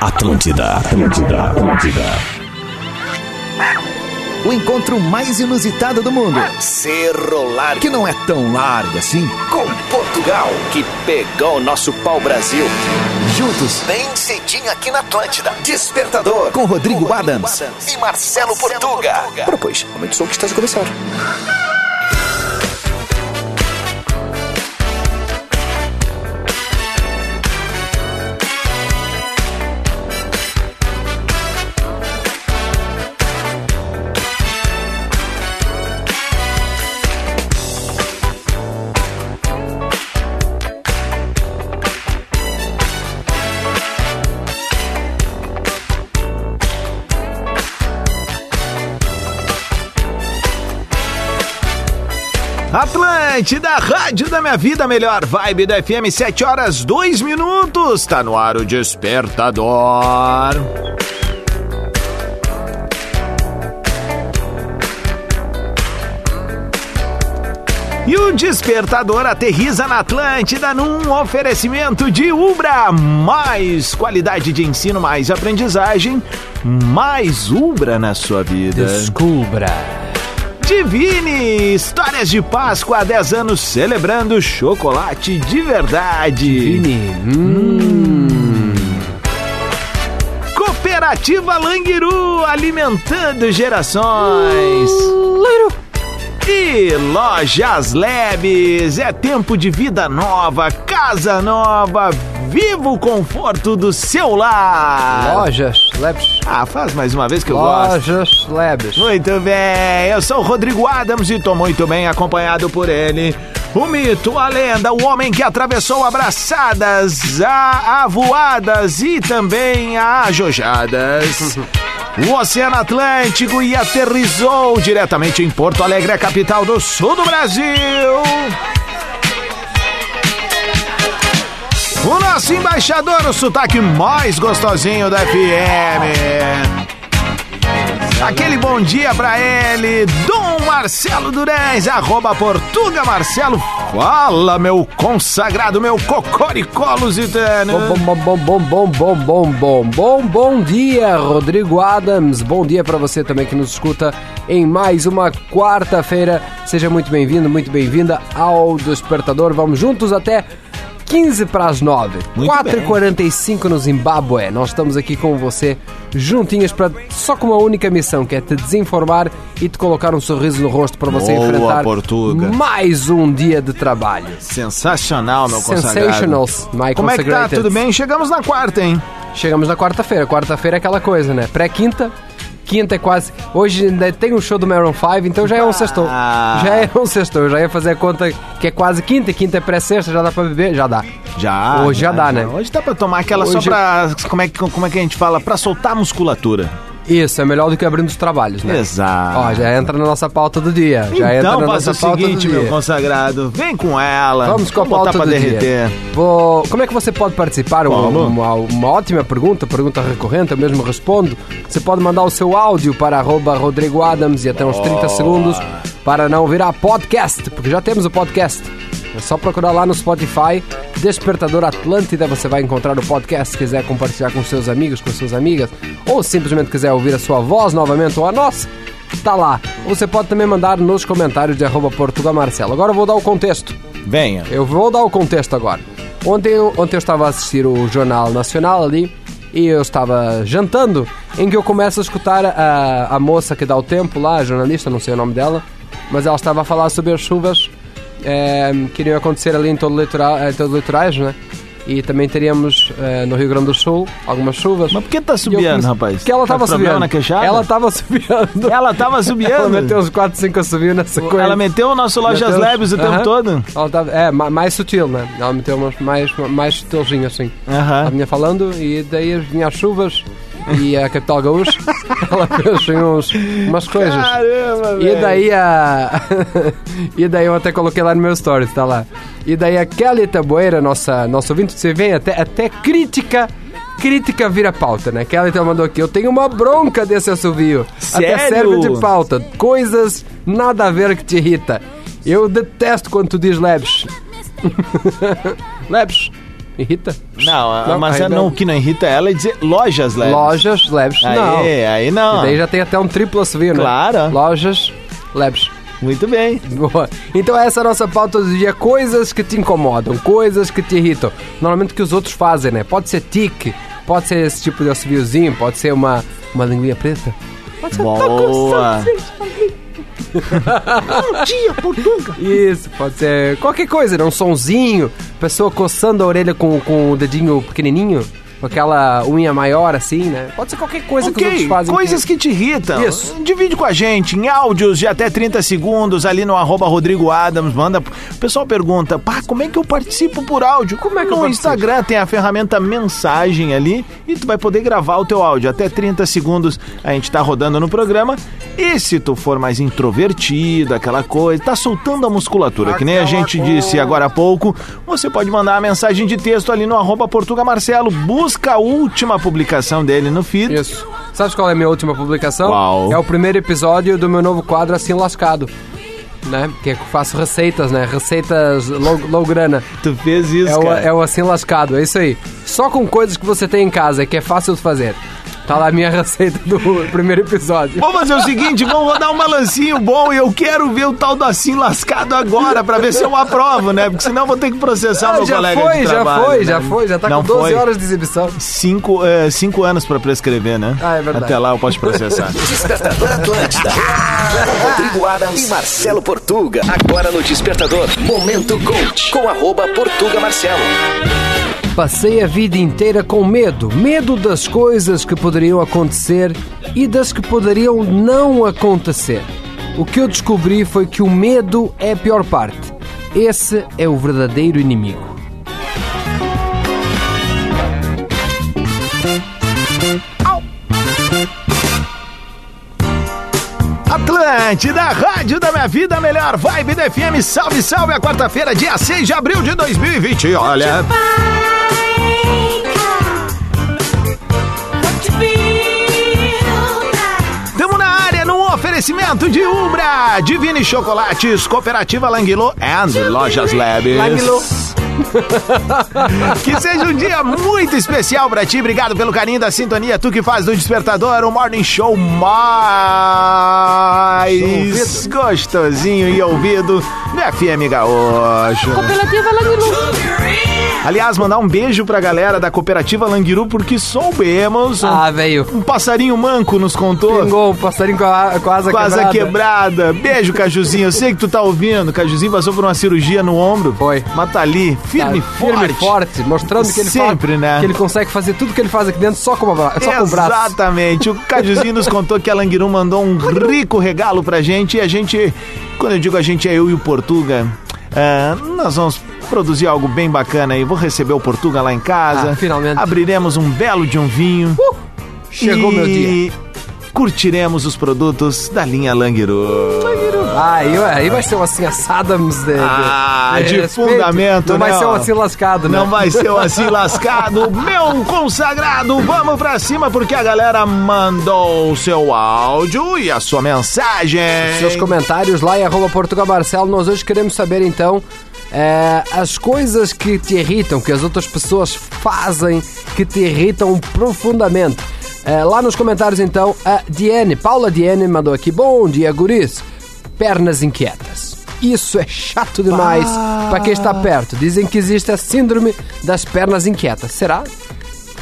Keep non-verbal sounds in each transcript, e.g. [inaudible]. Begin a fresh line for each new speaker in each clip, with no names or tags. Atlântida, Atlântida, Atlântida.
O encontro mais inusitado do mundo. Cerro Largo. Que não é tão largo assim.
Com Portugal, que pegou o nosso pau-brasil.
Juntos.
Bem cedinho aqui na Atlântida. Despertador.
Com Rodrigo, com Rodrigo Adams. Adams.
E Marcelo, Marcelo Portuga. Portuga.
Ora, pois, aumente o som que está a começar.
Atlântida, Rádio da Minha Vida, melhor vibe da FM, 7 horas 2 minutos, tá no ar o despertador. E o despertador aterriza na Atlântida num oferecimento de Ubra. Mais qualidade de ensino, mais aprendizagem, mais Ubra na sua vida.
Descubra.
Divine! Histórias de Páscoa há 10 anos celebrando chocolate de verdade.
Divine. Hum.
Cooperativa Languiru alimentando gerações. Langiru. E Lojas Lebes, é tempo de vida nova, casa nova, viva o conforto do seu lar.
Lojas Lebes.
Ah, faz mais uma vez que
Lojas
eu
gosto. Lojas Lebes.
Muito bem, eu sou o Rodrigo Adams e tô muito bem acompanhado por ele. O mito, a lenda, o homem que atravessou abraçadas, a avoadas e também a jojadas. o Oceano Atlântico e aterrizou diretamente em Porto Alegre, a capital do sul do Brasil. O nosso embaixador, o sotaque mais gostosinho da FM. Aquele bom dia pra ele, Dom Marcelo Durães, arroba Portuga Marcelo. Fala, meu consagrado, meu cocoricó lusitano.
Bom, bom, bom, bom, bom, bom, bom, bom, bom dia, Rodrigo Adams. Bom dia pra você também que nos escuta em mais uma quarta-feira. Seja muito bem-vindo, muito bem-vinda ao Despertador. Vamos juntos até 15 para as 9, 4h45 no Zimbábue. Nós estamos aqui com você, juntinhos, pra, só com uma única missão, que é te desinformar e te colocar um sorriso no rosto para você
Boa,
enfrentar
Portuga.
mais um dia de trabalho.
Sensacional, meu consagrado.
Sensationals, my
Como é que tá?
consecrated.
Tudo bem? Chegamos na quarta, hein?
Chegamos na quarta-feira. Quarta-feira é aquela coisa, né? Pré-quinta, quinta é quase... Hoje ainda tem um show do Maroon 5, então já é um sextou.
Ah.
Já é um sextou. Eu Já ia fazer a conta que é quase quinta, e quinta é pré-sexta, já dá pra beber? Já dá.
Já.
Hoje já dá, né?
Hoje dá pra tomar aquela só
Hoje-
pra. Como é, que, como é que a gente fala? Pra soltar a musculatura.
Isso, é melhor do que abrindo os trabalhos, né?
Exato.
Ó, já entra na nossa pauta do dia. Já entra
então
na
faça
nossa
o
pauta
seguinte,
do dia.
meu consagrado. Vem com ela.
Vamos com a
botar
pauta
pra
do
derreter.
dia. Vou... Como é que você pode participar? Um-
Como?
Uma, uma ótima pergunta, pergunta recorrente, eu mesmo respondo. Você pode mandar o seu áudio para arroba Rodrigo Adams e até uns 30 segundos para não virar podcast, porque já temos o podcast. É só procurar lá no Spotify, Despertador Atlântida, você vai encontrar o podcast. Se quiser compartilhar com seus amigos, com suas amigas, ou simplesmente quiser ouvir a sua voz novamente ou a nossa, tá lá. Você pode também mandar nos comentários de arroba Portugal Marcelo. Agora eu vou dar o contexto.
Venha.
Eu vou dar o contexto agora. Ontem, eu- ontem eu estava a assistir o Jornal Nacional ali e eu estava jantando, em que eu começo a escutar a, a moça que dá o tempo lá, a jornalista, não sei o nome dela, mas ela estava a falar sobre as chuvas eh, que iriam acontecer ali em todo o litoral, em todo o litorais, né? E também teríamos eh, no Rio Grande do Sul algumas chuvas.
Mas por que tá
E eu
subiando,
comecei-
rapaz?
Porque ela
Tá
estava
com problema
subiando.
na queixada?
Ela [laughs] estava subindo.
Ela tava
Ela
subiando.
meteu uns 4, 5 assobios nessa coisa.
Ela meteu o nosso Lojas
Meteu-
Labs o tempo
Aham.
todo.
Ela tava, é, ma- mais sutil, né? Ela meteu umas mais, mais sutilzinho assim. Ela
Aham.
vinha falando e daí as- vinha as chuvas e a capital gaúcha. [laughs] ela fez assim, uns, umas coisas.
Caramba,
E daí a. [laughs] e daí eu até coloquei lá no meu stories, tá lá. E daí a Kelly Taboeira, nossa, nosso ouvinte, você vem até, até crítica. Crítica vira pauta, né? Kelly então mandou aqui. Eu tenho uma bronca desse assovio. Até
Sério?
serve de pauta. Coisas nada a ver que te [laughs] irrita. Eu detesto quando tu diz labs. labs. Irrita?
Não,
Não,
mas
aí
é
não.
não, o que não irrita ela é dizer lojas leves.
Lojas, labs.
Aí,
não.
aí não.
E daí já tem até um triplo assovio, né?
Claro.
Lojas, labs.
Muito bem.
Boa. Então essa é a nossa pauta do dia. Coisas que te incomodam, coisas que te irritam. Normalmente o que os outros fazem, né? Pode ser tique, pode ser esse tipo de assobiozinho, pode ser uma, uma linguinha preta. Tá
Boa.
Isso, pode ser qualquer coisa, né? Um sonzinho, pessoa coçando a orelha com, com o dedinho pequenininho, com aquela unha maior assim, né? Pode ser qualquer coisa que os
Ok,
outros fazem.
coisas que te irritam.
Isso.
Divide com a gente em áudios de até 30 segundos ali no arroba Rodrigo Adams. Manda. O pessoal pergunta, pá, como é que eu participo por áudio? Como
é que eu
No
participo?
Instagram tem a ferramenta mensagem ali e tu vai poder gravar o teu áudio. Até 30 segundos a gente tá rodando no programa. E se tu for mais introvertido, aquela coisa, tá soltando a musculatura, que nem a gente disse agora há pouco, você pode mandar a mensagem de texto ali no arroba Portuga Marcelo. Busca a última publicação dele no feed.
Isso. Sabe qual é a minha última publicação?
Qual?
É o primeiro episódio do meu novo quadro Assim Lascado. Né? Que é que eu faço receitas, né? Receitas low, low grana.
Tu fez isso,
É o,
cara.
é o assim lascado, é isso aí. Só com coisas que você tem em casa, que é fácil de fazer. Tá lá a minha [laughs] receita do primeiro episódio.
Vamos fazer o seguinte, vamos rodar um balancinho bom e eu quero ver o tal do assim lascado agora pra ver se eu aprovo, né? Porque senão eu vou ter que processar meu
Ah, já
colega
foi,
de
já
trabalho.
foi,
né?
já foi, já tá
Não
com 12
foi.
horas de exibição.
Cinco, eh, cinco anos pra prescrever, né?
Ah, é verdade.
Até lá eu posso
[laughs]
processar.
Despertador Atlântida. Rodrigo Adams e Marcelo Portuga. Agora no Despertador. Momento Coach. Com arroba Portuga Marcelo.
Passei a vida inteira com medo, medo das coisas que poderiam acontecer e das que poderiam não acontecer. O que eu descobri foi que o medo é a pior parte. Esse é o verdadeiro inimigo.
Atlântida, Rádio da Minha Vida, a melhor vibe da FM. Salve, salve, a quarta-feira, dia 6 de abril de 2020. Olha, Tamo na área num oferecimento de Umbra, Divine Chocolates, Cooperativa Languilô and Lojas Labs.
Languilô.
[laughs] Que seja um dia muito especial pra ti. Obrigado pelo carinho da sintonia. Tu que faz do Despertador o Morning Show mais gostosinho e ouvido da FM Gaúcho.
Cooperativa Langilu.
Aliás, mandar um beijo pra galera da Cooperativa Languiru, porque soubemos... um-
Ah, velho.
Um passarinho manco nos contou.
Pingou o passarinho com a, com a asa
Quase
quebrada.
quebrada. Beijo, Cajuzinho. Eu sei que tu tá ouvindo. Cajuzinho passou por uma cirurgia no ombro.
Foi.
Mas tá ali, firme, e
firme
forte.
e forte, mostrando que ele
Sempre,
faz-
né?
que ele consegue fazer tudo que ele faz aqui dentro só com, a, bra- só com o braço.
Exatamente. O Cajuzinho nos contou que a Languiru mandou um rico regalo pra gente. E a gente, quando eu digo a gente, é eu e o Portuga. ah, nós vamos produzir algo bem bacana aí. Vou receber o Portuga lá em casa.
Ah, finalmente. Uh,
Abriremos um belo de um vinho.
Chegou
e
meu dia.
Curtiremos os produtos da linha Languiru.
Ah, aí, ué, aí vai ser um assim assadams de, de-
Ah, de
respeito.
fundamento,
Não vai
não.
ser um assim lascado, né?
Não vai ser o assim lascado, meu consagrado. Vamos pra cima porque a galera mandou o seu áudio e a sua mensagem.
Seus comentários lá em arroba Portugal Marcelo. Nós hoje queremos saber então eh, as coisas que te irritam, que as outras pessoas fazem, que te irritam profundamente. Eh, lá nos comentários então, a Diane, Paula Diane mandou aqui: Bom dia, guris. Pernas inquietas. Isso é chato demais para quem está perto. Dizem que existe a síndrome das pernas inquietas. Será?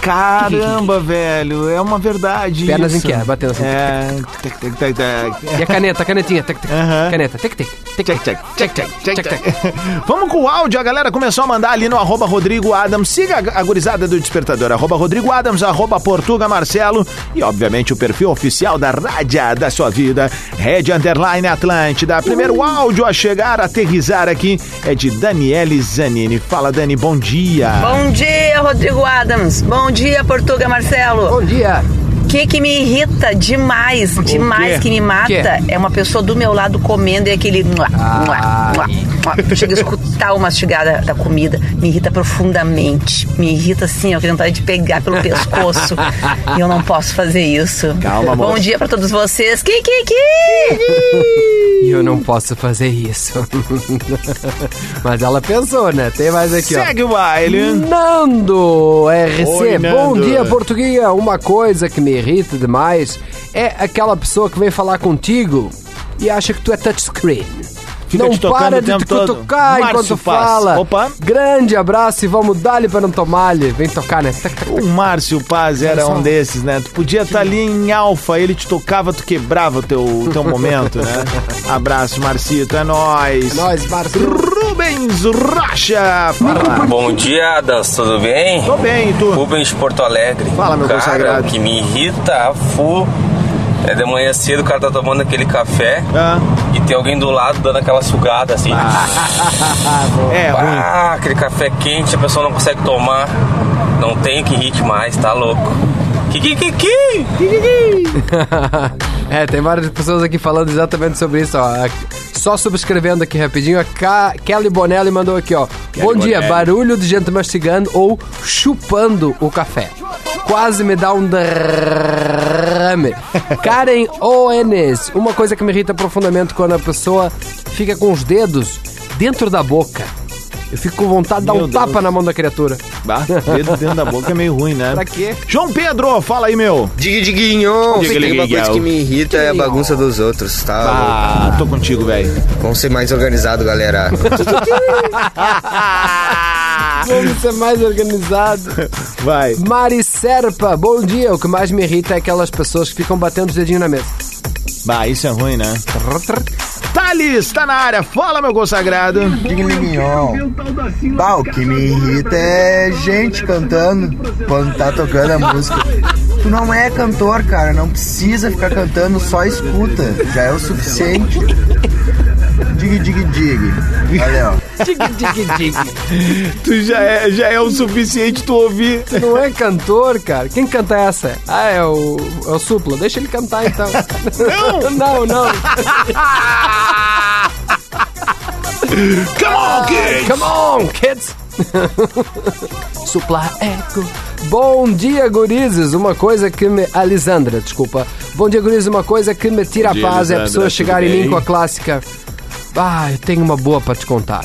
Caramba, velho, é uma verdade.
Pernas
isso.
inquietas, batendo assim.
É. Tec, tec, tec, tec.
E a caneta, a canetinha, tic, tic,
Aham.
caneta, tic, tic, tic,
Tchac, tchac, tchac, tchac, tchac,
tic,
tchac.
tic.
[laughs] Vamos com o áudio, a galera começou a mandar ali no arroba Rodrigo Adams. Siga a gurizada do Despertador, arroba Rodrigo Adams, arroba Portuga Marcelo e, obviamente, o perfil oficial da Rádia da Sua Vida, Red Underline Atlântida. Primeiro áudio a chegar, a aterrizar aqui, é de Daniele Zanini. Fala, Dani, bom dia.
Bom dia, Rodrigo Adams. Bom dia, Portuga Marcelo.
Bom dia.
O que, que me irrita demais, demais que me mata,
quê?
é uma pessoa do meu lado comendo e aquele. muá, muá, muá. Chega a escutar o mastigar da, da comida. Me irrita profundamente. Me irrita assim, eu tenho vontade de pegar pelo pescoço. e eu não posso fazer isso.
Calma, amor.
Bom dia pra todos vocês. Ki, ki, ki!
E eu não posso fazer isso. [laughs] Mas ela pensou, né? Tem mais aqui, ó.
Segue o
Uh.
baile.
Nando RC,
Oi, Nando.
bom dia português. Uma coisa que me irrita demais é aquela pessoa que vem falar contigo e acha que tu é touchscreen.
Fica
não
te tocando
para
o
de
tempo
te
todo.
cutucar
Márcio
enquanto
Paz.
fala.
Opa.
Grande abraço e vamos dar-lhe para não tomar-lhe. Vem tocar, né? Tac, tac, tac.
O Márcio Paz era um desses, né? Tu podia estar ali em alfa, ele te tocava, tu quebrava o teu, o teu momento, né? Abraço, Marcito, é nóis.
Nós, Márcio.
Rubens Rocha, fala.
Bom dia, Adams, tudo bem?
Tô bem, e tu?
Rubens Porto Alegre.
Fala, meu
cara,
consagrado.
O que me irrita, fu. É de manhã cedo, o cara tá tomando aquele café
Ah,
e tem alguém do lado dando aquela sugada assim.
é, ruim.
Ah, aquele café quente, a pessoa não consegue tomar. Não tem que rir mais, tá louco. Que que que que?
[laughs] É, tem várias pessoas aqui falando exatamente sobre isso, ó. Só subscrevendo aqui rapidinho, a Ca- Kelly Bonelli mandou aqui, ó. Bom dia, barulho de gente mastigando ou chupando o café. Quase me dá um [laughs] derrame. Karen Oenes, uma coisa que me irrita profundamente quando a pessoa fica com os dedos dentro da boca. Eu fico com vontade de dar
Meu
um
Deus.
tapa na mão da criatura.
Bah, dedo dentro da boca é meio ruim, né?
Pra quê?
João Pedro, fala aí, meu.
Diga, diguinho.
Diga,
Se tem uma
diguinho.
coisa que me irrita é a bagunça dos outros, tá?
Ah, tô contigo, velho.
Vamos ser mais organizado,
[laughs]
galera.
Vamos ser mais organizado.
Vai.
Mari Serpa, bom dia. O que mais me irrita é aquelas pessoas que ficam batendo os dedinhos na mesa.
Bah, isso é ruim, né? Thales, tá na área. Fala, meu consagrado.
Mignon. Bah, o que me irrita é gente cantando quando tá tocando a música. Tu não é cantor, cara, não precisa ficar cantando, só escuta, já é o suficiente. Dig, dig, dig. Valeu.
Tu já é, já é o suficiente tu ouvir.
Tu não é cantor, cara? Quem canta essa? Ah, é o, é o Supla. Deixa ele cantar então. [laughs] Não! não, não.
Come on, kid!
Come on, kids! [laughs] Supla Eco. Bom dia, gurizes. Uma coisa que me. Alisandra, desculpa. Bom dia, gurizes. Uma coisa que me tira
dia,
a paz é a
Alisandra,
pessoa
tudo
chegar em
bem?
mim com a clássica. Ah, eu tenho uma boa pra te contar.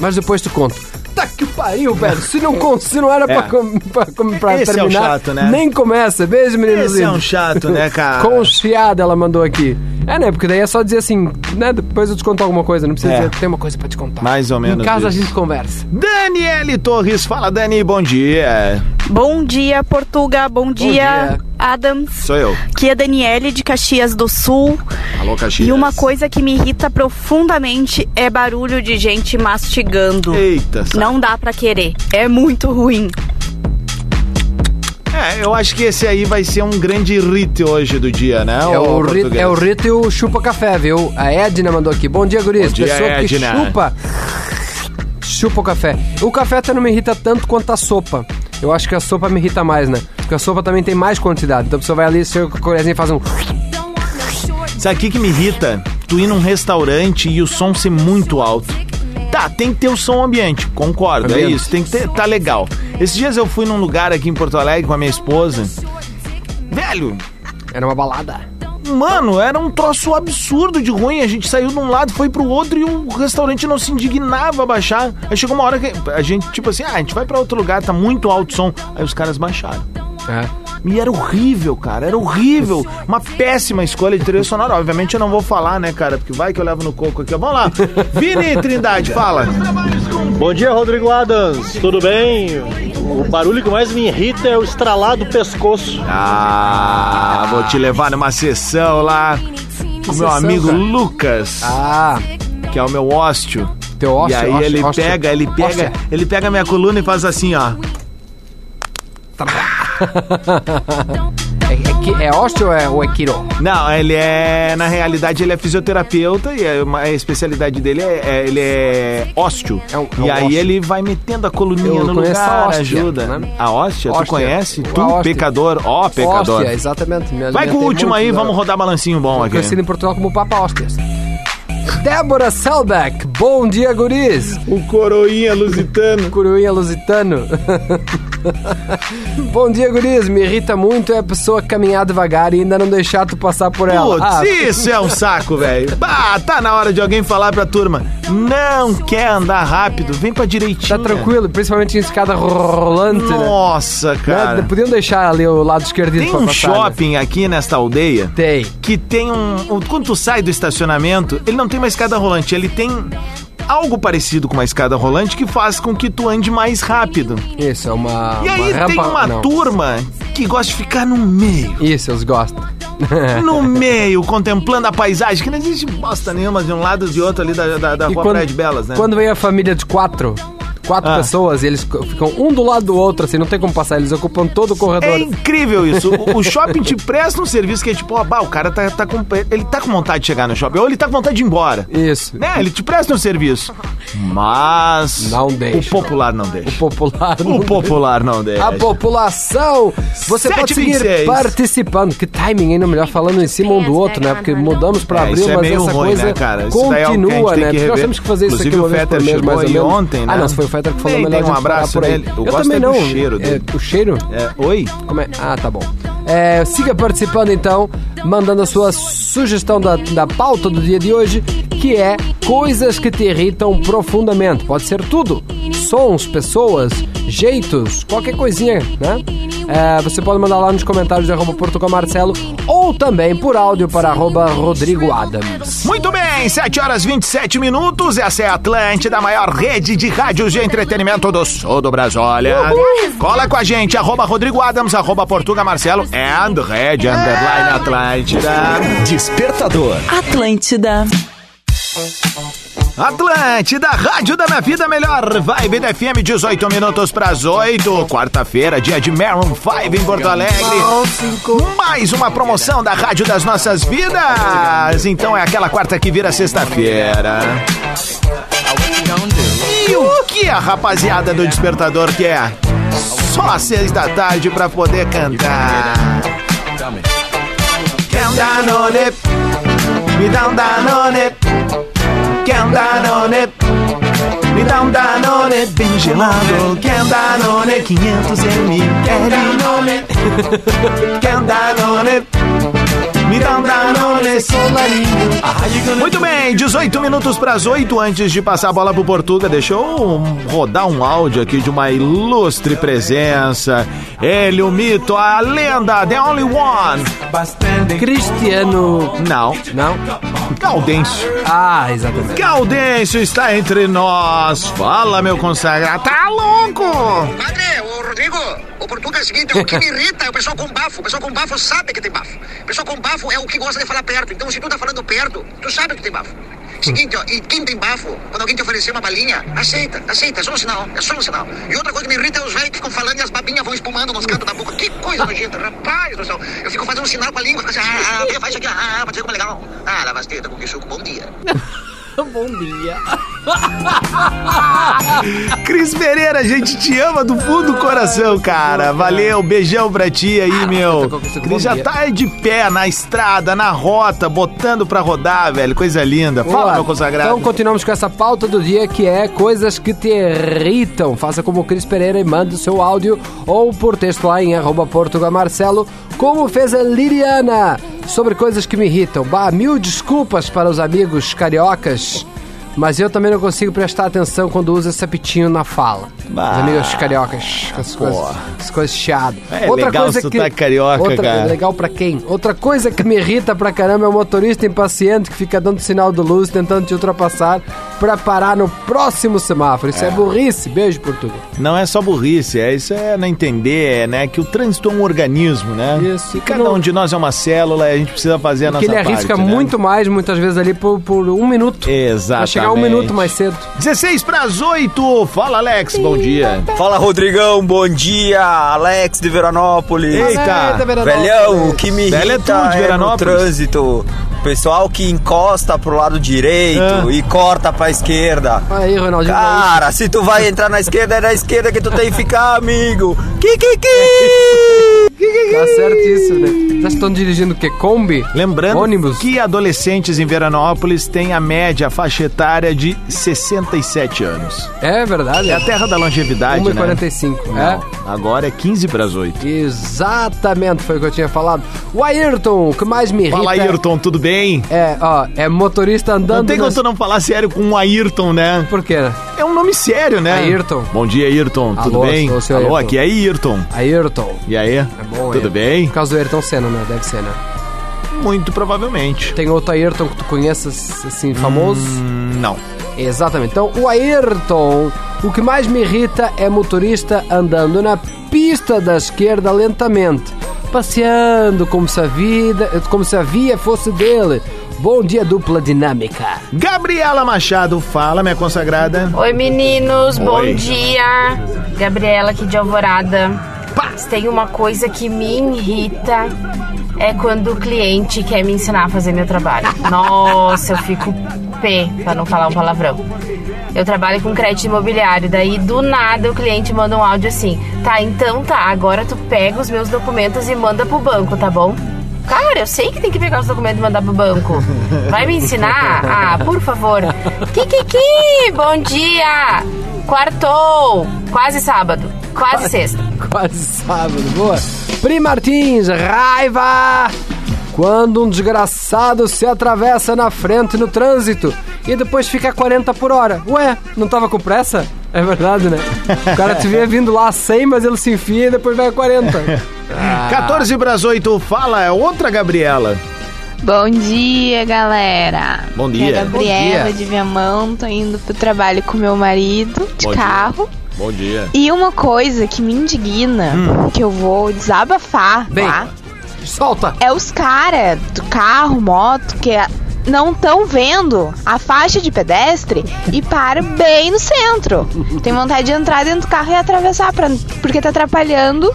Mas depois tu conto. Tá que pariu, velho. Se não, con- se não era pra, com- pra, com- pra
É. Esse é o
terminar,
chato, né?
nem começa. Beijo, meninos
Esse é um
lindos.
chato, [laughs] né, cara?
Confiada, ela mandou aqui. É, né? Porque daí é só dizer assim, né? Depois eu te conto alguma coisa. Não precisa
É.
dizer, tem uma coisa pra te contar.
Mais ou menos
Em casa
isso.
a gente conversa.
Daniele Torres, fala, Dani, bom dia.
Bom dia, Portuga. Bom dia,
dia.
Adams.
Sou eu.
Aqui é Daniele de Caxias do Sul.
Alô, Caxias.
E uma coisa que me irrita profundamente é barulho de gente mastigando.
Eita, sa-
Não dá pra querer. É muito ruim.
É, eu acho que esse aí vai ser um grande rite hoje do dia, né?
É
ô
o, Rito,
português?
é o Rito e o Chupa Café, viu? A Edna mandou aqui. Bom dia, guris.
Bom dia,
Pessoa que
Edna.
chupa. Chupa o café. O café até não me irrita tanto quanto a sopa. Eu acho que a sopa me irrita mais, né? Porque a sopa também tem mais quantidade. Então a pessoa vai ali, seu colherzinho faz um. [sniffs]
Sabe o que, que me irrita? Tu ir num restaurante e o som ser muito alto. Tá, tem que ter o som ambiente, concordo, é
Ambiente.
isso, tem que ter, tá legal. Esses dias eu fui num lugar aqui em Porto Alegre com a minha esposa. Velho,
Era uma balada.
mano, era um troço absurdo de ruim. A gente saiu de um lado, foi pro outro e o restaurante não se indignava a baixar. Aí chegou uma hora que a gente, tipo assim, ah, a gente vai pra outro lugar, tá muito alto o som. Aí os caras baixaram.
É.
E era horrível, cara, era horrível. Uma péssima escolha de trilha sonora. Obviamente eu não vou falar, né, cara, porque vai que eu levo no coco aqui. ó. Vamos lá. Vini Trindade, fala.
Bom dia, Rodrigo Adams. Tudo bem? O barulho que mais me irrita é o estralar do pescoço.
Ah, vou te levar numa sessão lá com meu
sessão,
amigo
cara?
Lucas,
Ah,
que é o meu hósteo.
teu ócio,
e aí
ócio,
ele
ócio.
pega, ele pega,
Ócio.
ele pega minha coluna e faz assim, ó.
É, é, que- é ócio ou é, ou é quiro?
Não, ele é. Na realidade, ele é fisioterapeuta e é uma- a especialidade dele é. é- ele é ósteo.
É um- é um
e aí
ósteo.
ele vai metendo a coluninha
Eu
no
conheço
lugar,
a óstea,
ajuda.
né?
A hóstia, tu
Óstea.
conhece?
A
Tu,
óstea.
pecador. Ó, pecador.
Ócio, exatamente. Me
Vai com
alimentei
o último
muito né?
aí,
da-
vamos rodar balancinho bom aqui.
Conhecido em Portugal como Papa Hóstias. Débora Selbeck, bom dia, guris.
O coroinha lusitano.
Coroinha lusitano. [laughs] bom dia, guris. Me irrita muito é a pessoa caminhar devagar e ainda não deixar tu passar por ela.
Putz,
Ah,
[laughs] isso é um saco, velho. Bah, tá na hora de alguém falar pra turma. Não quer andar rápido, vem pra direitinha.
Tá tranquilo, principalmente em escada rolante, né?
Nossa,
né?
cara.
Podiam deixar ali o lado esquerdo
Tem
pra
um
passar, né?
shopping aqui nesta aldeia
Tem.
que tem um, um- Quando tu sai do estacionamento, ele não tem uma escada rolante, ele tem algo parecido com uma escada rolante que faz com que tu ande mais rápido.
Isso, é uma.
E aí
rampa...
tem uma
não.
turma que gosta de ficar no meio.
[laughs] Isso, eles gostam.
Tá No meio, contemplando a paisagem, que não existe bosta nenhuma de um lado e de outro ali da, da, da
E
Rua
quando-
Praia de Belas, né?
Quando vem a família de quatro, quatro
Ah.
pessoas, e eles co- ficam um do lado do outro, assim, não tem como passar, eles ocupam todo o corredor.
É incrível isso. O,
[laughs]
o shopping te presta um serviço que é tipo, ó, bah, o cara tá, tá com. Ele tá com vontade de chegar no shopping, ou ele tá com vontade de ir embora.
Isso.
Né? Ele te presta um serviço. Mas.
Não deixa.
O popular não deixa.
Popular.
O, popular não deixa.
A população! Você pode seguir
7h26.
participando. Que timing, ainda melhor falando em cima um do outro, né? Porque mudamos pra
É,
abril,
isso é
mas
meio
essa
ruim,
coisa
né, cara? Isso daí é algo que a gente
continua,
tem
né?
que
Porque nós
rever.
temos que fazer isso
Inclusive,
aqui uma
o
vez
Fetter
por mês,
chegou
mais ou
aí
menos.
ontem, né?
Ah, não, se foi o Fetter que falou,
Nem
melhor
dei
a
um
gente parar
abraço
por aí.
nele. Eu
Eu
gosto
também
é do
não.
cheiro dele.
É, o cheiro?
É, oi?
Como é? Ah, tá bom. É, siga participando então, mandando a sua sugestão da, da pauta do dia de hoje, que é coisas que te irritam profundamente. Pode ser tudo: sons, pessoas, jeitos, qualquer coisinha, né? É, você pode mandar lá nos comentários de arroba Portugal Marcelo ou também por áudio para arroba Rodrigo Adams.
Muito bem, 7 horas 27 minutos. Essa é a Atlântida, a maior rede de rádios de entretenimento do sul do Brasil. Olha, cola com a gente, arroba Rodrigo Adams, arroba Portuga Marcelo, and Red Underline Atlântida.
Despertador.
Atlântida.
Atlântida, Rádio da Minha Vida Melhor, Vibe da FM, 18 minutos para as 8, quarta-feira, dia de Maroon 5 em Porto Alegre. Mais uma promoção da Rádio das Nossas Vidas. Então é aquela quarta que vira sexta-feira. E o que a rapaziada do Despertador quer? Só às seis da tarde pra poder cantar. Quer um Danone? Me dá um Danone. Quer um Danone? Me dá um Danone bem gelado. Quer um Danone 500 ml? Quer um Danone? Me dá um Danone solarinho. Muito bem, 18 minutos para as 8 antes de passar a bola pro Portuga. Deixa eu rodar um áudio aqui de uma ilustre presença. Ele, o mito, a lenda, the only one.
Cristiano.
Não,
Não?
Gaudêncio.
Ah, exatamente.
Gaudêncio está entre nós. Fala, meu consagrado. Tá louco?
Padre, ô Rodrigo, o Portuga é o seguinte, o que me irrita é o pessoal com bafo. O pessoal com bafo sabe que tem bafo. O pessoal com bafo é o que gosta de falar perto. Então, se tu tá falando perto, tu sabe que tem bafo. Seguinte, ó, e quem tem bafo, quando alguém te oferecer uma balinha, aceita, aceita, é só um sinal, é só um sinal. E outra coisa que me irrita é os velhos que ficam falando e as babinhas vão espumando nos cantos da boca. Que coisa nojenta, rapaz do céu. Eu fico fazendo um sinal com a língua, fico assim, ah, ah, faz isso aqui, ah, ah, pode ser como é legal. Ah, lavasteta, com que suco, bom dia.
Cris Pereira, a gente te ama do fundo do coração, cara. Valeu, beijão pra ti
Ah,
aí, meu.
é
Cris já tá de pé na estrada, na rota, botando pra rodar, velho. Coisa linda. Fala,
Boa.
meu consagrado.
Então continuamos com essa pauta do dia que é coisas que te irritam. Faça como o Cris Pereira e mande o seu áudio ou por texto lá em arroba Portugal Marcelo, como fez a Liriana, sobre coisas que me irritam. Bah, mil desculpas para os amigos cariocas. Mas eu também não consigo prestar atenção quando usa esse apitinho na fala.
Bah,
Os amigos cariocas, com as coisas,
porra.
as coisas chiado.
É legal o sotaque carioca,
outra,
cara.
legal pra quem? Outra coisa que me irrita pra caramba é o motorista impaciente que fica dando sinal de luz, tentando te ultrapassar pra parar no próximo semáforo. Isso é, burrice. Beijo, Portugal.
Não é só burrice, é isso é não entender, né? Que o trânsito é um organismo, né?
Isso,
E
e que
cada
não-
um de nós é uma célula e a gente precisa fazer a nossa
Porque ele
parte.
arrisca
né?
muito mais, muitas vezes, ali por, por um minuto. Pra
Exatamente.
chegar um minuto mais cedo.
16 para as 8. Fala, Alex. Bom dia.
Fala Rodrigão, bom dia, Alex de Veranópolis.
Eita. Eita, Veranópolis.
velhão, o que me
Velho é tu, de
irrita é, no
Veranópolis.
trânsito. Pessoal que encosta pro lado direito
Ah.
e corta pra esquerda.
Aí, Ronaldinho.
Cara, se tu vai entrar na esquerda, é na esquerda que tu tem que ficar, amigo. Que, que, que?
Tá certo isso, né? Vocês estão dirigindo o quê? Kombi?
Lembrando que adolescentes em Veranópolis têm a média faixa etária de 67 anos.
É verdade.
É a terra da longevidade, né?
1,45, é.
Agora é 15 para as 8.
Exatamente, foi o que eu tinha falado. O Ayrton, o que mais me irrita...
Fala, Ayrton, tudo bem?
É, ó, é motorista andando...
Não tem como tu não falar sério com o Ayrton, né?
Por quê?
É um nome sério, né?
Ayrton.
Bom dia, Ayrton. Tudo
Alô,
bem?
sou o seu
Alô,
Ayrton.
aqui é Ayrton.
Ayrton. é
E aí?
Bom,
tudo
Ayrton.
bem?
Por causa do Ayrton Senna, né? Deve ser, né?
Muito provavelmente.
Tem outro Ayrton que tu conheças, assim, famoso?
Hum, não.
Exatamente. Então, o Ayrton, o que mais me irrita é motorista andando na pista da esquerda lentamente, passeando como se a vida, como se a via fosse dele. Bom dia, dupla dinâmica.
Gabriela Machado, fala, minha consagrada.
Oi, meninos,
Oi.
bom dia. Gabriela aqui de Alvorada. Se tem uma coisa que me irrita é quando o cliente quer me ensinar a fazer meu trabalho. Nossa, eu fico pé, pra não falar um palavrão. Eu trabalho com crédito imobiliário, daí do nada o cliente manda um áudio assim: "Tá, então tá, agora tu pega os meus documentos e manda pro banco, tá bom?" Cara, eu sei que tem que pegar os documentos e mandar pro banco. Vai me ensinar? Ah, por favor. Kikiki, bom dia! Quartou! Quase sábado, quase sexta.
Quase sábado, boa. Pri Martins, raiva! Quando um desgraçado se atravessa na frente no trânsito e depois fica a 40 por hora. Ué, não tava com pressa? É verdade, né? O cara te vê vindo lá a 100, mas ele se enfia e depois vai a 40.
14 para as 8, fala, é outra Gabriela.
Bom dia, galera.
Bom
Aqui É
dia.
a Gabriela
Bom dia.
de Viamão, tô indo pro trabalho com meu marido de
Bom dia.
carro.
Bom dia.
E uma coisa que me indigna,
Hum.
que eu vou desabafar,
Bem,
tá?
Solta.
É os cara do carro, moto, que é- não estão vendo a faixa de pedestre e para bem no centro. Tem vontade de entrar dentro do carro e atravessar, pra- porque tá atrapalhando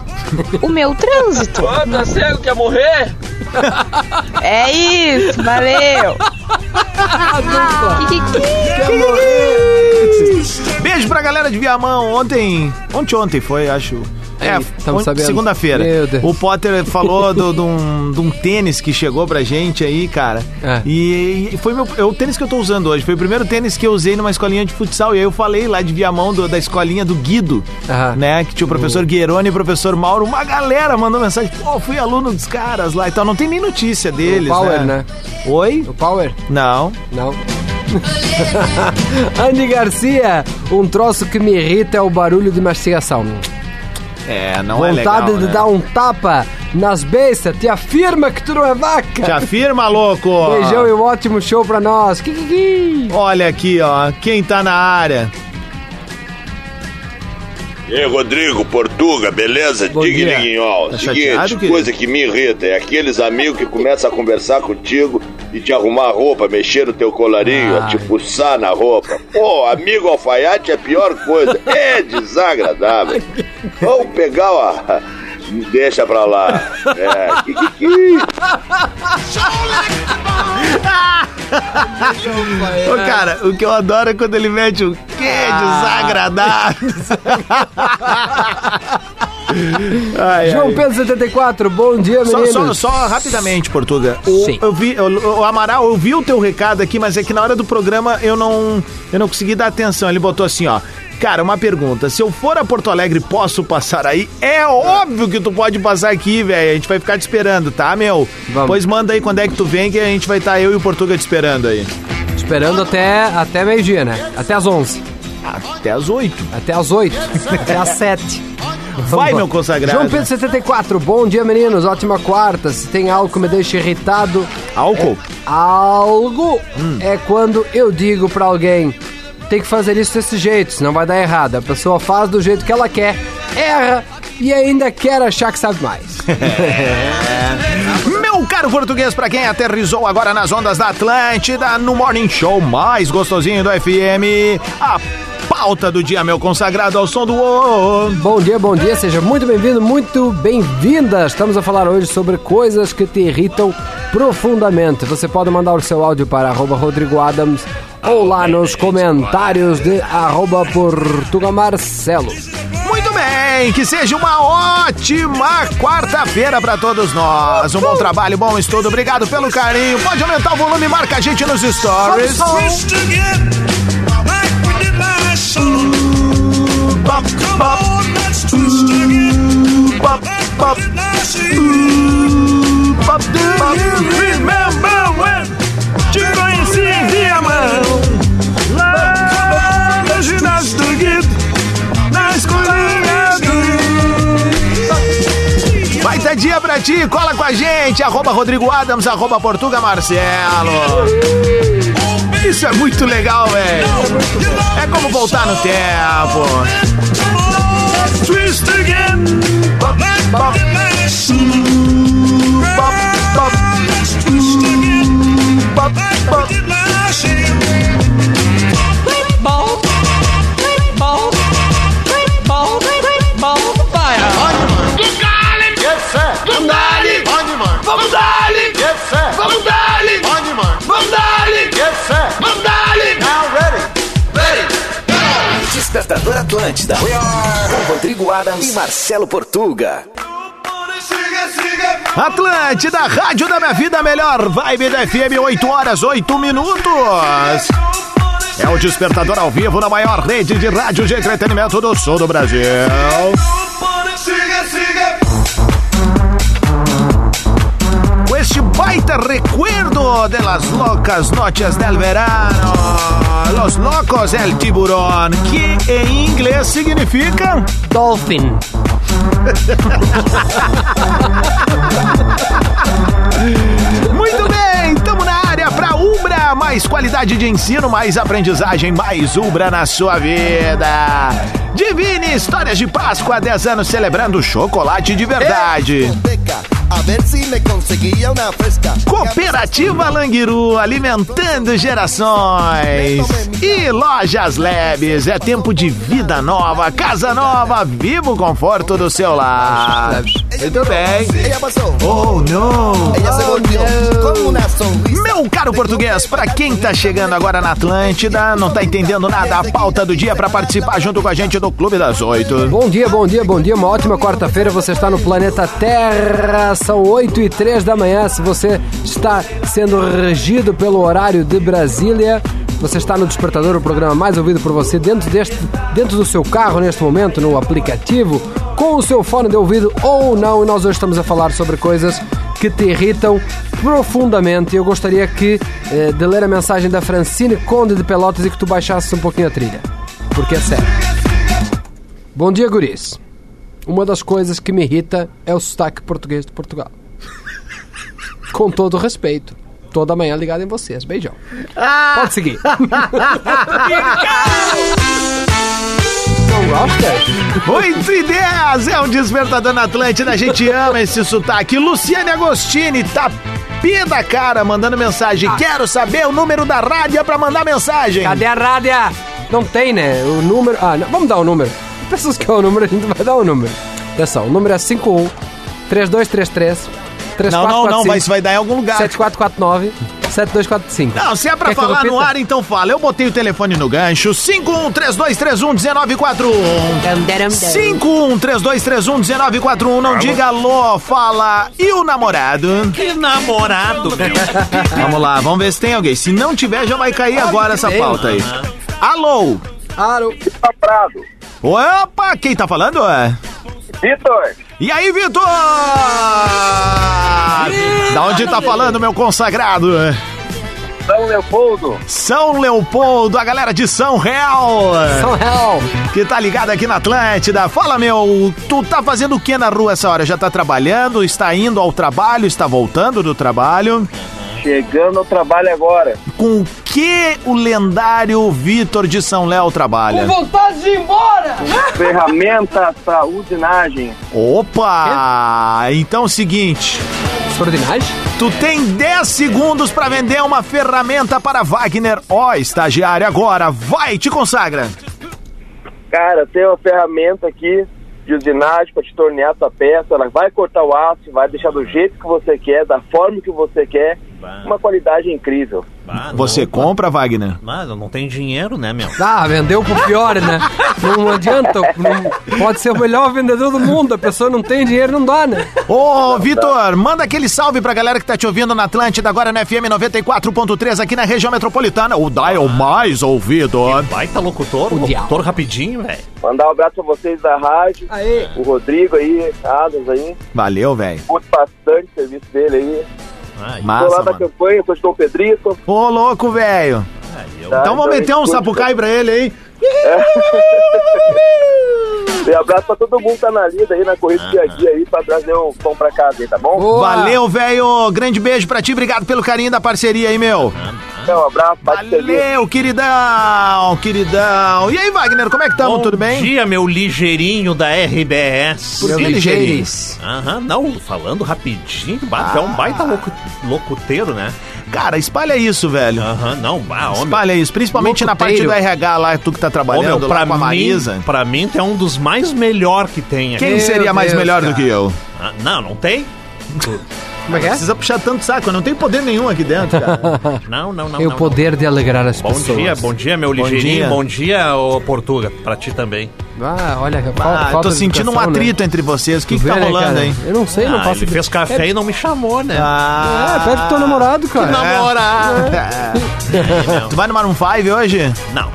o meu trânsito.
Tá cego, quer morrer?
É isso, valeu!
Beijo pra galera de Viamão. Ontem, ontem, ontem foi, acho. É,
tamo
ontem-
sabendo. Meu
segunda-feira.
Deus.
O Potter falou do- de um, de um tênis que chegou pra gente aí, cara.
É.
E, e foi meu, é o tênis que eu tô usando hoje. Foi o primeiro tênis que eu usei numa escolinha de futsal. E aí eu falei lá de Viamão, do- da escolinha do Guido, né? Que tinha o professor Gueroni e o professor Mauro. Uma galera mandou mensagem. Pô, fui aluno dos caras lá e tal. Não tem nem notícia deles,
Power, né?
Oi?
O Power?
Não.
Não. [laughs] Andy Garcia, um troço que me irrita é o barulho de mastigação.
É, não é
Vontade
legal,
de
né?
dar um tapa nas bestas, te afirma que tu não é vaca.
Te afirma, louco!
Beijão e um ótimo show pra nós. Kikiki.
Olha aqui, ó, quem tá na área.
E aí, Rodrigo, Portuga, beleza?
Bom
Digue
dia.
Liguinhol.
Tá
Seguinte,
chateado, querido?
coisa que me irrita é aqueles amigos que começam a conversar contigo e te arrumar a roupa, mexer no teu colarinho, a te fuçar na roupa. Pô, amigo alfaiate é a pior coisa. É desagradável. Vamos pegar a... Deixa pra lá. É, que- que- que-
Ô, cara, o que eu adoro é quando ele mete o que
Ah. [laughs]
desagradável. Ai,
João
ai.
Pedro 74, bom dia,
Só,
meninos.
só, só rapidamente, Portuga. O, Eu vi, o, o Amaral, eu vi o teu recado aqui, mas é que na hora do programa eu não, eu não consegui dar atenção. Ele botou assim, ó. Cara, uma pergunta. Se eu for a Porto Alegre, posso passar aí? É óbvio que tu pode passar aqui, velho. A gente vai ficar te esperando, tá, meu? Pois manda aí quando é que tu vem, que a gente vai estar eu e o Portuga te esperando aí.
Esperando até, até meio-dia, né? Até às 11.
Até às 8.
Até às 8. até às 7.
Vai, meu consagrado.
João Pedro 74, bom dia, meninos. Ótima quarta. Se tem algo que me deixa irritado.
Álcool?
É, algo é quando eu digo pra alguém: tem que fazer isso desse jeito, senão vai dar errado. A pessoa faz do jeito que ela quer, erra e ainda quer achar que sabe mais.
Meu caro português, pra quem aterrizou agora nas ondas da Atlântida, no Morning Show mais gostosinho do FM, a pauta do dia, meu consagrado ao som do O.
Bom dia, bom dia, seja muito bem-vindo, muito bem-vinda. Estamos a falar hoje sobre coisas que te irritam profundamente. Você pode mandar o seu áudio para arroba Rodrigo Adams ou lá nos comentários de arroba Portuga Marcelo.
Muito bem! bem? Que seja uma ótima quarta-feira pra todos nós. Um bom trabalho, bom estudo. Obrigado pelo carinho. Pode aumentar o volume, marca a gente nos stories. Vai ter dia pra ti, cola com a gente. Arroba Rodrigo Adams, arroba Portuga Marcelo. Isso é muito legal, velho. É como voltar no tempo.
Twist again. Bop, bop, bop, bop. Let's twist again. Bop, bop. Vamos dar-lhe! Vamos dar-lhe! Vamos dar-lhe! Vamos dar-lhe! Vamos dar-lhe! Now ready!
Despertador Atlântida. Com Rodrigo Adams e Marcelo Portuga.
Atlântida, Rádio da Minha Vida, a melhor vibe da FM, 8 horas, 8 minutos. É o despertador ao vivo na maior rede de rádio de entretenimento do sul do Brasil. Com este baita recuerdo de las locas noches del verano. Los locos el tiburón, que em inglês significa... Dolphin. [laughs] Muito bem, estamos na área para Ubra. Mais qualidade de ensino, mais aprendizagem, mais Ubra na sua vida. Divine Histórias de Páscoa, 10 anos celebrando chocolate de verdade.
A ver si me conseguía una fresca.
Cooperativa Languiru, alimentando gerações. E Lojas Leves, é tempo de vida nova, casa nova, vivo o conforto do seu lar. Muito bem.
Ella pasó.
Oh, não.
Ella se volvió con una sonrisa.
Meu caro português, pra quem tá chegando agora na Atlântida, não tá entendendo nada, a pauta do dia pra participar junto com a gente do Clube das Oito.
Bom dia, bom dia, bom dia. Uma ótima quarta-feira. Você está no planeta Terra. São 8 e 3 da manhã. Se você está sendo regido pelo horário de Brasília, você está no Despertador, o programa mais ouvido por você dentro, deste, dentro do seu carro neste momento, no aplicativo, com o seu fone de ouvido ou não. E nós hoje estamos a falar sobre coisas que te irritam profundamente. E Eu gostaria que eh, de ler a mensagem da Francine Conde de Pelotas e que tu baixasses um pouquinho a trilha. Porque é sério. Bom dia, guris. Uma das coisas que me irrita é o sotaque português de Portugal. Com todo respeito. Toda manhã ligado em vocês. Beijão. Pode seguir. Não gosta?
8 e 10 é um despertador na Atlântida. A gente ama esse sotaque. Luciane Agostini tá pé da cara mandando mensagem. Quero saber o número da rádio pra mandar mensagem.
Ah. Cadê a rádio? Não tem, né? O número. Ah, não. vamos dar o número. Pensas que é o número, a gente vai dar o número. Atenção, o número é 51 3233
Não, não, não, mas vai dar em algum lugar.
7449 7245.
Não, se é pra
Quer que eu
falar no
repita?
ar, então fala. Eu botei o telefone no gancho. 5132311941. 5132311941. Não diga alô, fala. E o namorado? Que namorado? vamos lá, vamos ver se tem alguém. Se não tiver, já vai cair agora essa
tem.
pauta aí. Alô?
Alô?
Prado. Opa, quem tá falando? Vitor. E aí, Vitor? Da onde tá falando, meu consagrado? São Leopoldo. São Leopoldo, a galera de São Real.
São Real.
Que tá ligado aqui na Atlântida. Fala, meu, tu tá fazendo o que na rua essa hora? Já tá trabalhando? Está indo ao trabalho? Está voltando do trabalho?
Chegando ao trabalho agora.
Com o que o lendário Vitor de São Léo trabalha?
vontade de ir embora!
Ferramenta saúdinagem.
Opa! Então é o seguinte.
Extraordinagem?
Tu tem 10 segundos pra vender uma ferramenta para Wagner. Ó, estagiário, agora vai, te consagra.
Cara, tem uma ferramenta aqui de usinagem para te tornear essa peça. Ela vai cortar o aço, vai deixar do jeito que você quer, da forma que você quer. uma qualidade incrível.
Você compra, Wagner?
Mas eu não tenho dinheiro, né, meu?
Ah, vendeu pro pior, né? Não adianta. não- pode ser o melhor vendedor do mundo. A pessoa não tem dinheiro, não dá, né?
Ô, Vitor, manda aquele salve pra galera que tá te ouvindo na Atlântida, agora na FM 94.3 aqui na região metropolitana. O dial mais ouvido.
Baita locutor, o locutor rapidinho, velho.
Mandar um abraço pra vocês da rádio, o Rodrigo aí, Adams aí,
Valeu, velho.
curto bastante o serviço dele aí.
massa,
Tô lá da
mano.
campanha, sou de Dom Pedrito.
Ô, louco, velho.
Tá,
Então vamos meter um
escuta.
sapucai pra ele, hein?
E abraço pra todo mundo que tá na lida aí, na corrida do dia a dia aí, pra trazer um pão pra casa aí, tá bom?
Valeu, velho. Grande beijo pra ti. Obrigado pelo carinho da parceria aí, meu.
Então, um abraço,
Valeu, queridão, queridão. E aí, Wagner, como é que estamos? Tudo bem?
Bom dia, meu ligeirinho da RBS.
Por que ligeiris?
Aham, não, falando rapidinho, ba-
Ah.
é um baita locu- locuteiro, né?
Cara, espalha isso, velho.
Ah,
Aham, não, bah, homem.
Espalha isso, principalmente na parte do RH lá, tu que tá
Ô, meu,
trabalhando lá
pra,
com a Marisa.
mim, pra mim, tu é um dos mais melhor que tem aqui.
Quem seria mais melhor do que eu?
Ah, não, não tem?
Como é que é? Precisa puxar tanto saco, eu não tenho poder nenhum aqui
[laughs]
dentro, cara.
Não, não, não.
Tem o
não.
poder de alegrar as
Bom
pessoas.
dia, bom dia, meu
Bom
ligeirinho.
dia.
Bom dia, ô Portuga. Pra ti também.
Ah, olha, fal-
Ah,
falta
tô
de
sentindo um
educação, né?
atrito entre vocês. O que,
Tu
que
vê,
tá
né,
rolando
cara?
aí?
Eu não sei, não
Ah,
faço
ele fez café e não me chamou, né?
Ah,
É, pede pro teu namorado, cara. É.
Que namorado.
[laughs] tu vai no Maroon 5 hoje?
Não.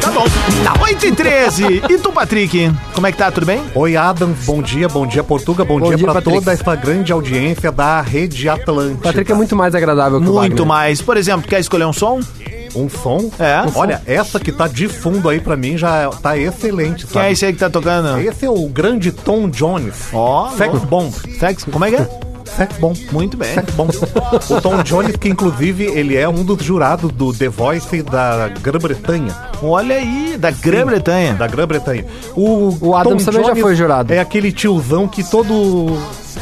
Tá bom. Tá 8 e 13. E tu, Patrick? Como é que tá? Tudo bem?
Oi, Adam. Bom dia, bom dia, Portuga. Bom,
Bom
dia,
dia,
pra
Patrick.
toda essa grande audiência da Rede Atlântica.
Patrick é muito mais agradável que o
Muito
Wagner.
mais. Por exemplo, quer escolher um som?
Tá
Um som?
É.
Olha, essa que tá de fundo aí pra mim já tá excelente, sabe?
Quem é esse aí que tá tocando?
Esse é o grande Tom Jones.
Ó,
Sex
bom.
Bomb.
Sex, como é que é?
Sex Bomb.
Muito bem.
Sex Bomb. O Tom Jones, que inclusive ele é um dos jurados do The Voice da Grã-Bretanha.
Olha aí, da Grã-Bretanha.
Da Grã-Bretanha. O, o
Adams também já foi jurado.
É aquele tiozão que todo,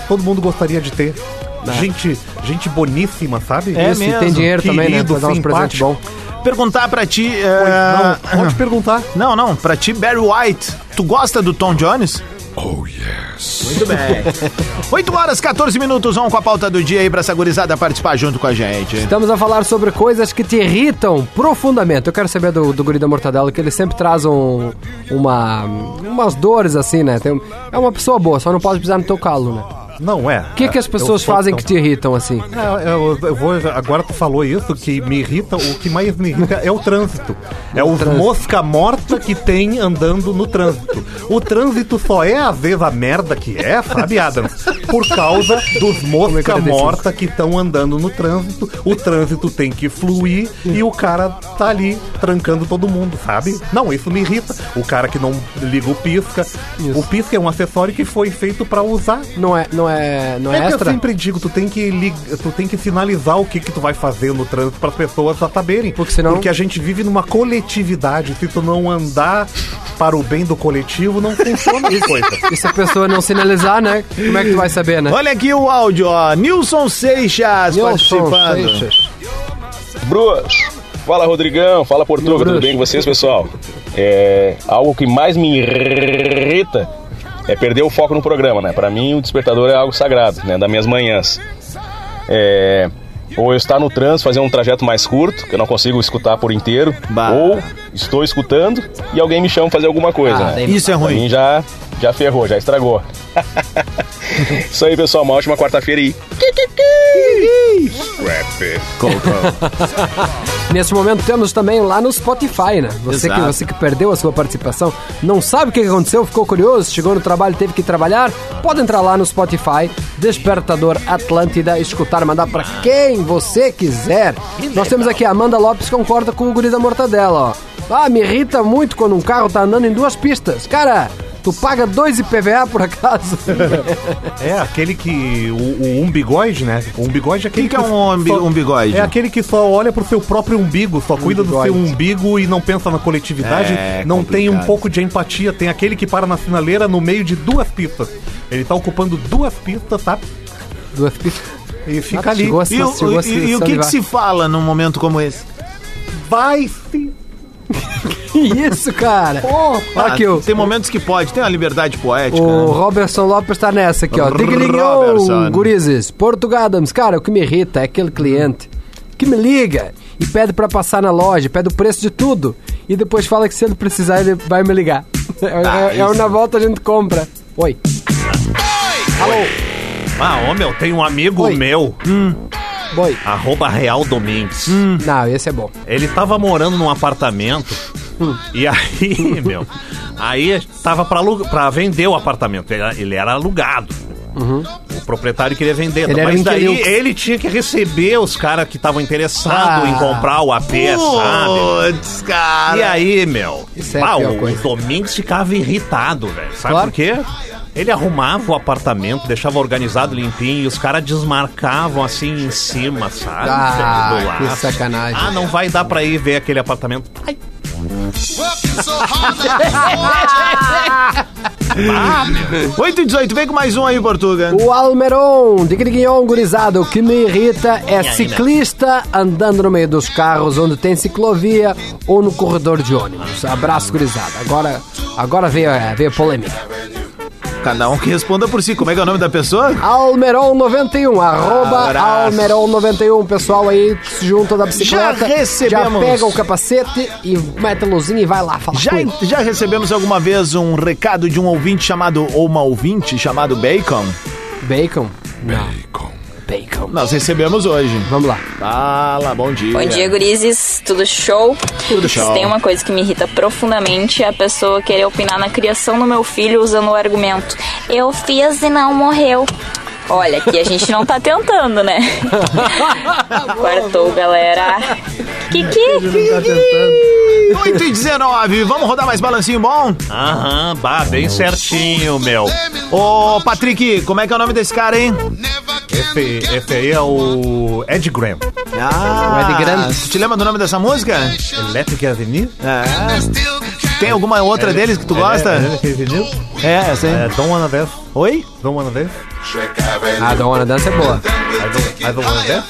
todo mundo gostaria de ter. Gente, gente boníssima, sabe?
É Isso, e mesmo. tem dinheiro também, né?
Querido,
Pra dar uns presentes
simpático.
Perguntar pra ti. eh,
não, pode perguntar.
Não, não, pra ti, Barry White. Tu gosta do Tom Jones?
Oh, yes.
Muito bem. 8 horas, 14 minutos. Vamos com a pauta do dia aí pra essa gurizada participar junto com a gente.
Estamos a falar sobre coisas que te irritam profundamente. Eu quero saber do, do Guri da Mortadela, que ele sempre traz um, uma, umas dores assim, né? Tem- é uma pessoa boa, só não pode pisar no teu calo, né?
Não é.
O que, que as
Eu então.
pessoas
sou
fazem
tão-
que te irritam assim?
É, eu, eu vou, agora tu falou isso, que me irrita, o que mais me irrita é o trânsito. É os mosca morta que tem andando no trânsito. O trânsito só é às vezes a merda que é, sabe, Adam? Por causa dos mosca morta que estão andando no trânsito. O trânsito tem que fluir e o cara tá ali trancando todo mundo, sabe? Não, isso me irrita. O cara que não liga o pisca. O pisca é um acessório que foi feito pra usar.
Não é, não é, não é,
É que eu
extra?
sempre digo, tu tem que lig... tu tem que sinalizar o que que tu vai fazer no trânsito para as pessoas já saberem, porque
senão-
porque a gente vive numa coletividade, se tu não andar para o bem do coletivo, não funciona a coisa.
E se a é pessoa não sinalizar, né? Como é que tu vai saber, né?
Olha aqui o áudio, ó. Nilson Seixas
Nilson
participando.
Seixas.
Bruas, fala Rodrigão, fala Portuga, tudo bem com vocês, pessoal? É, algo que mais me irrita é perder o foco no programa, né? Pra mim, o despertador é algo sagrado, né? Das minhas manhãs. É, ou eu estar no trânsito, fazer um trajeto mais curto, que eu não consigo escutar por inteiro, ou estou escutando e alguém me chama pra fazer alguma coisa,
Ah,
né?
daí não Isso dá. é
Pra
ruim.
mim já, já ferrou, já estragou. Isso aí, pessoal, uma ótima quarta-feira aí.
Nesse momento temos também lá no Spotify, né? Você que,
Exato.
você que perdeu a sua participação, não sabe o que aconteceu, ficou curioso, chegou no trabalho, teve que trabalhar, pode entrar lá no Spotify, Despertador Atlântida, escutar, mandar pra quem você quiser. Nós temos aqui a Amanda Lopes concorda com o guri da mortadela, ó. Ah, me irrita muito quando um carro tá andando em duas pistas. Cara, tu paga dois IPVA por acaso?
É aquele que o, o umbigoide, né? O umbigoide é aquele
que é um umbi-
só-
umbigoide?
É aquele que só olha pro seu próprio umbigo, só cuida do seu umbigo e não pensa na coletividade,
É
não tem um
complicado.
pouco de empatia. Tem aquele que para na sinaleira no meio de duas pistas. Ele tá ocupando duas pistas, tá?
Duas pistas.
E
Tá
fica ali.
E, o- e- e o que, que se fala num momento como esse?
Vai se.
isso, cara?
Ah,
Aqui, ó.
Tem momentos que pode, tem uma liberdade poética.
O Robertson Lopes tá nessa aqui, ó.
Robertson.
Diglion, gurizes. Portugadams. Cara, o que me irrita é aquele cliente que me liga e pede pra passar na loja, pede o preço de tudo e depois fala que se ele precisar ele vai me ligar. [laughs] é, é, é
isso.
na volta a gente compra. Oi.
Ah, ô meu, tem um amigo meu.
Boi.
Arroba Real Domingues.
Não, esse é bom.
Ele tava morando num apartamento.
Hum.
E aí, [laughs] meu. Aí tava pra, alu- pra vender o apartamento. Ele era, ele era alugado. O proprietário queria vender.
Uhum. Ele era
mas daí
inquilino.
ele tinha que receber os caras que estavam
Ah.
interessados em comprar o AP, sabe?
Putz, cara.
E aí, meu?
é a
ah,
pior
o
coisa.
Domingos ficava irritado, velho. Sabe
Claro.
por quê? Ele arrumava o apartamento, deixava organizado, limpinho, e os caras desmarcavam assim em cima, sabe?
Ah,
Do lado.
que sacanagem.
Ah, não vai dar pra ir ver aquele apartamento. Ai,
Ah, 8 e 18, vem com mais um aí, Portuga.
O Almeron, de Griguinhon gurizado, o que me irrita é ciclista andando no meio dos carros onde tem ciclovia ou no corredor de ônibus. Abraço, gurizada. Agora, agora veio, a- veio a polêmica.
Cada um que responda por si. Como é que é o nome da pessoa?
Almeron91, arroba
Abraço.
Almeron91, pessoal aí que se junta da bicicleta.
Já recebemos.
Já pega o capacete e mete a luzinha e vai lá falar.
Já,
com ele.
já recebemos alguma vez um recado de um ouvinte chamado, ou uma ouvinte chamado Bacon?
Bacon?
Bacon.
Bacon.
Nós recebemos hoje.
Vamos lá.
Fala, bom dia.
Bom dia, gurizes. Tudo show?
Tudo show.
Tem uma coisa que me irrita profundamente, é a pessoa querer opinar na criação do meu filho usando o argumento eu fiz e não morreu. Olha, aqui a gente não tá tentando,
[laughs]
né? Quartou, galera. Kiki!
8 e 19, vamos rodar mais balancinho bom?
Aham, bah, bem certinho, meu.
Ô, Patrick, como é que é o nome desse cara, hein?
Esse, esse aí é o Ed Graham.
Ah,
O Ed Graham.
Tu te lembra do nome dessa música?
Electric Avenue?
É. Tem alguma outra
Ele-
deles que tu
ele-
gosta?
Electric Avenue?
É, essa aí.
É, Don't Wanna Dance.
Oi?
Don't Wanna Dance.
Ah, Don't Wanna Dance é boa.
I don't, I don't Wanna Dance?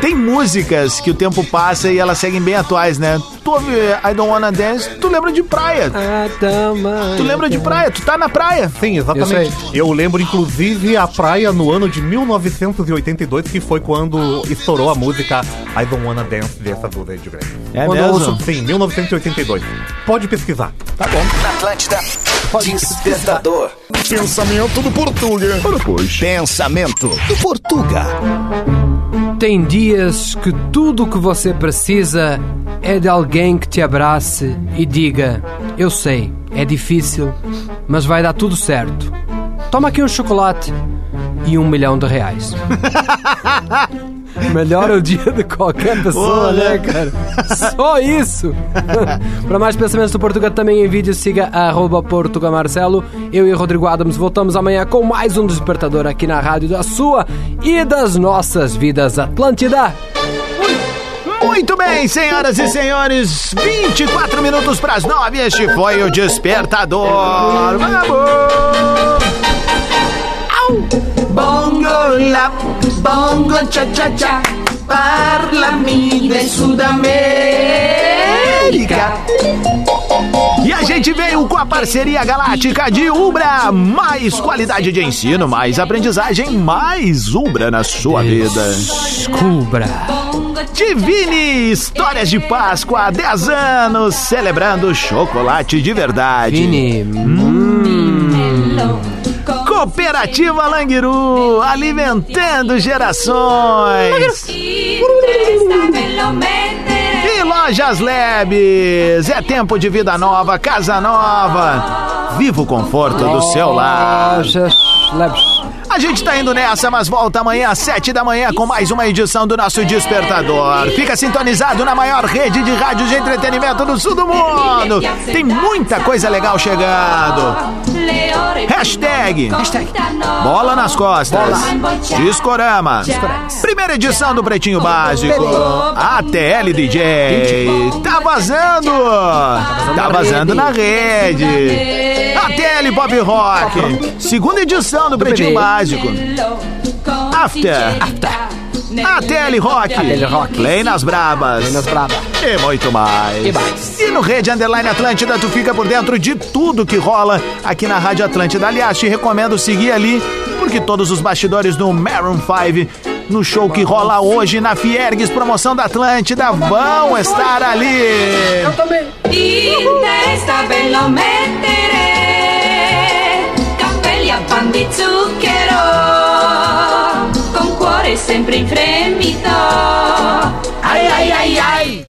Tem músicas que o tempo passa e elas seguem bem atuais, né? Tu ouve I Don't Wanna Dance, tu lembra de praia.
Ah, é.
Tu lembra de praia, tu tá na praia.
Sim, exatamente. Eu lembro, inclusive, a praia no ano de 1982, que foi quando estourou a música I Don't Wanna Dance dessa do Lady Grey.
É
quando
mesmo?
sim, 1982. Pode pesquisar.
Atlântida. Despertador. Pensamento do Portuga. Pensamento do Portuga.
Tem dias que tudo o que você precisa é de alguém que te abrace e diga: Eu sei, é difícil, mas vai dar tudo certo. Toma aqui um chocolate e um milhão
[laughs]
de reais. Melhora o dia de qualquer pessoa, né,
Olha.
cara?
[laughs]
Só isso! Para mais pensamentos do Portugal também em vídeo, siga arroba Portuga Marcelo. Eu e Rodrigo Adams voltamos amanhã com mais um Despertador aqui na rádio da sua e das nossas vidas Atlântida.
Muito bem, senhoras e senhores, 24 minutos pras 9, este foi o Despertador. Vamos!
Bongo la, bongo cha cha cha, parlami de Sudamérica.
E a gente veio com a parceria galáctica de Ubra. Mais qualidade de ensino, mais aprendizagem, mais Ubra na sua vida.
Descubra.
Divine Histórias de Páscoa há 10 anos, celebrando chocolate de verdade.
Vini.
Cooperativa Langiru, alimentando gerações. E Lojas Lebes, é tempo de vida nova, casa nova. Viva o conforto do seu lar.
Lojas Lebes.
A gente tá indo nessa, mas volta amanhã às 7 da manhã com mais uma edição do nosso Despertador. Fica sintonizado na maior rede de rádios de entretenimento do sul do mundo. Tem muita coisa legal chegando. Hashtag. Bola nas costas. Discorama. Primeira edição do Pretinho Básico. ATL DJ. Tá vazando. Tá vazando na rede. ATL Pop Rock. Segunda edição do Pretinho Básico. After. a Telerock, Play nas Brabas, Play nas Brabas e muito mais. E, no Rede Underline Atlântida tu fica por dentro de tudo que rola aqui na Rádio Atlântida. Aliás, te recomendo seguir ali porque todos os bastidores do Maroon 5 no show que rola hoje na Fiergues, promoção da Atlântida, vão estar ali.
Yo también. Y de esta vez lo meteré. Capella, panditsu